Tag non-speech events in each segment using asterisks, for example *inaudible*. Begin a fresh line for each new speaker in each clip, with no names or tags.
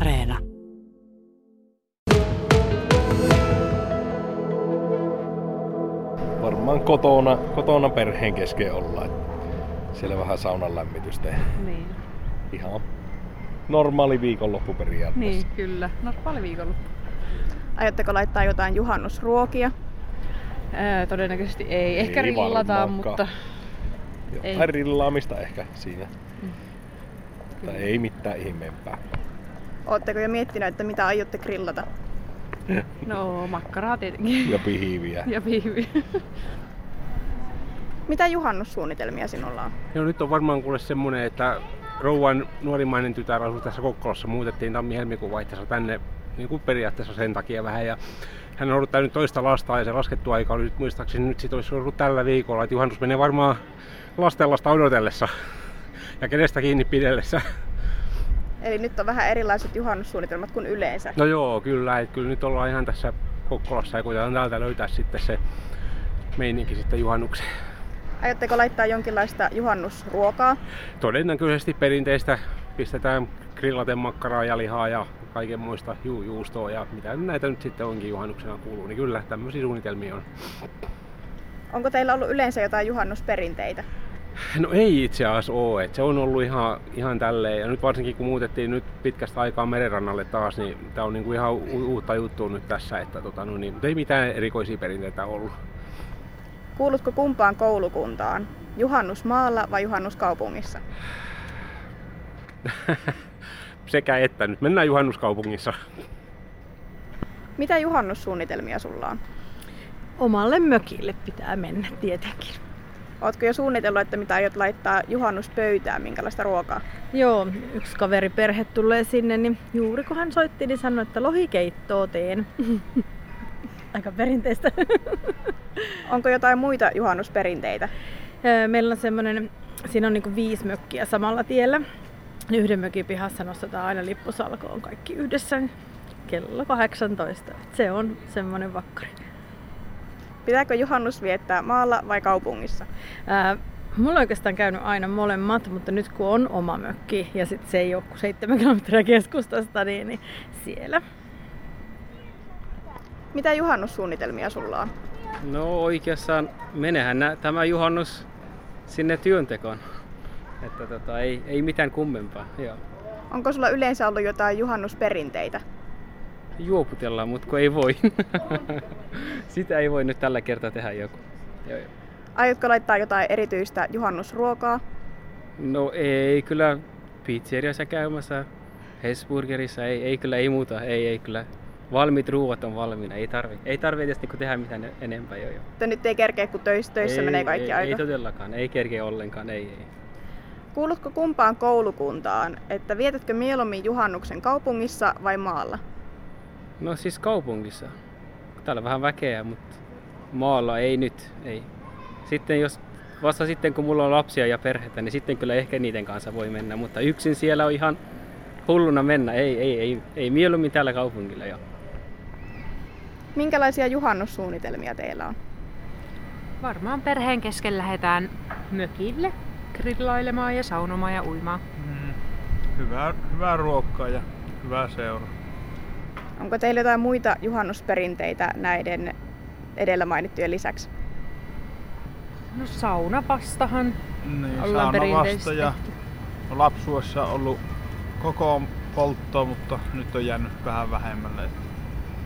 Areena.
Varmaan kotona, kotona perheen kesken ollaan. Siellä vähän saunan lämmitystä. ja
Niin,
Ihan normaali viikonloppu periaatteessa.
niin kyllä. Normaali viikonloppu.
Aiotteko laittaa jotain juhannusruokia?
Ää, todennäköisesti ei. Ehkä
Ei
rillataan,
varmaankaan.
mutta
Jotain
Niin, Ei.
rillaamista ehkä siinä.
Mm.
Mutta ei mitään ihmeempää.
Oletteko jo miettinyt, että mitä aiotte grillata?
no makkaraa tietenkin.
Ja pihiviä.
*laughs* ja pihvi.
Mitä juhannussuunnitelmia sinulla on?
No nyt on varmaan kuule semmonen, että rouvan nuorimmainen tytär asuu tässä Kokkolassa. Muutettiin tammi-helmikuun vaihteessa tänne niin kuin periaatteessa sen takia vähän. Ja hän on ollut nyt toista lasta ja se laskettu aika oli nyt muistaakseni nyt sit olisi ollut tällä viikolla. Että juhannus menee varmaan lastenlasta odotellessa ja kenestä kiinni pidellessä.
Eli nyt on vähän erilaiset juhannussuunnitelmat kuin yleensä.
No joo, kyllä. Et kyllä nyt ollaan ihan tässä Kokkolassa ja koitetaan täältä löytää sitten se meininki sitten juhannukseen.
Aiotteko laittaa jonkinlaista juhannusruokaa?
todennäköisesti perinteistä pistetään grillaten makkaraa ja lihaa ja kaiken muista ju- juustoa ja mitä näitä nyt sitten onkin juhannuksena kuuluu, niin kyllä tämmöisiä suunnitelmia on.
Onko teillä ollut yleensä jotain juhannusperinteitä?
No ei itse asiassa ole, että se on ollut ihan, ihan tälleen ja nyt varsinkin kun muutettiin nyt pitkästä aikaa merenrannalle taas, niin tää on niinku ihan u- uutta juttua nyt tässä, että tota, no niin, mutta ei mitään erikoisia perinteitä ollut.
Kuulutko kumpaan koulukuntaan? Juhannusmaalla vai juhannuskaupungissa?
Sekä että nyt mennään juhannuskaupungissa.
Mitä juhannussuunnitelmia sulla on?
Omalle mökille pitää mennä tietenkin.
Ootko jo suunnitellut, että mitä aiot laittaa juhannuspöytään, minkälaista ruokaa?
Joo, yksi kaveriperhe tulee sinne, niin juuri kun hän soitti, niin sanoi, että lohikeittoa teen. *laughs* Aika perinteistä.
Onko jotain muita juhannusperinteitä?
Öö, Meillä on semmoinen, siinä on niinku viisi mökkiä samalla tiellä. Niin Yhden mökin pihassa nostetaan aina lippusalkoon kaikki yhdessä kello 18. Et Se on semmoinen vakkari.
Pitääkö juhannus viettää maalla vai kaupungissa?
Ää, Mulla on oikeastaan käynyt aina molemmat, mutta nyt kun on oma mökki ja sit se ei ole kuin seitsemän kilometriä keskustasta, niin, niin siellä.
Mitä juhannussuunnitelmia sulla on?
No oikeastaan menehän nä- tämä juhannus sinne työntekoon. Että tota, ei, ei mitään kummempaa. Joo.
Onko sulla yleensä ollut jotain juhannusperinteitä?
Juoputellaan, mutta kun ei voi. *laughs* Sitä ei voi nyt tällä kertaa tehdä joku. Joo, joo.
Aiotko laittaa jotain erityistä juhannusruokaa?
No ei kyllä pizzeriassa käymässä, Hesburgerissa, ei, ei kyllä, ei muuta, ei, ei kyllä. Valmiit ruuat on valmiina, ei tarvi, ei tarvi edes niinku tehdä mitään en- enempää, joo, joo.
Te nyt ei kerkeä, kun töissä, töissä
ei,
menee kaikki
ei,
aika.
Ei todellakaan, ei kerkeä ollenkaan, ei, ei.
Kuulutko kumpaan koulukuntaan, että vietätkö mieluummin juhannuksen kaupungissa vai maalla?
No siis kaupungissa. Täällä on vähän väkeä, mutta maalla ei nyt, ei. Sitten jos, vasta sitten kun mulla on lapsia ja perhettä, niin sitten kyllä ehkä niiden kanssa voi mennä, mutta yksin siellä on ihan hulluna mennä. Ei, ei, ei, ei mieluummin täällä kaupungilla jo.
Minkälaisia juhannussuunnitelmia teillä on?
Varmaan perheen kesken lähdetään mökille grillailemaan ja saunomaan ja uimaan.
Mm. Hyvää, hyvää ruokkaa ja hyvää seuraa.
Onko teillä jotain muita juhannusperinteitä näiden edellä mainittujen lisäksi?
No saunapastahan.
Niin,
Ollaan
sauna
perinteisesti
vasta ja no, lapsuudessa on ollut koko polttoa, mutta nyt on jäänyt vähän vähemmälle. Että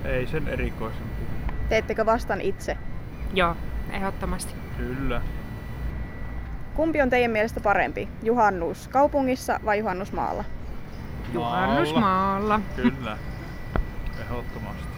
ei sen erikoisempi.
Teettekö vastan itse?
Joo, ehdottomasti.
Kyllä.
Kumpi on teidän mielestä parempi? Juhannus kaupungissa vai juhannus maalla?
Juhannusmaalla.
Kyllä. Ehdottomasti.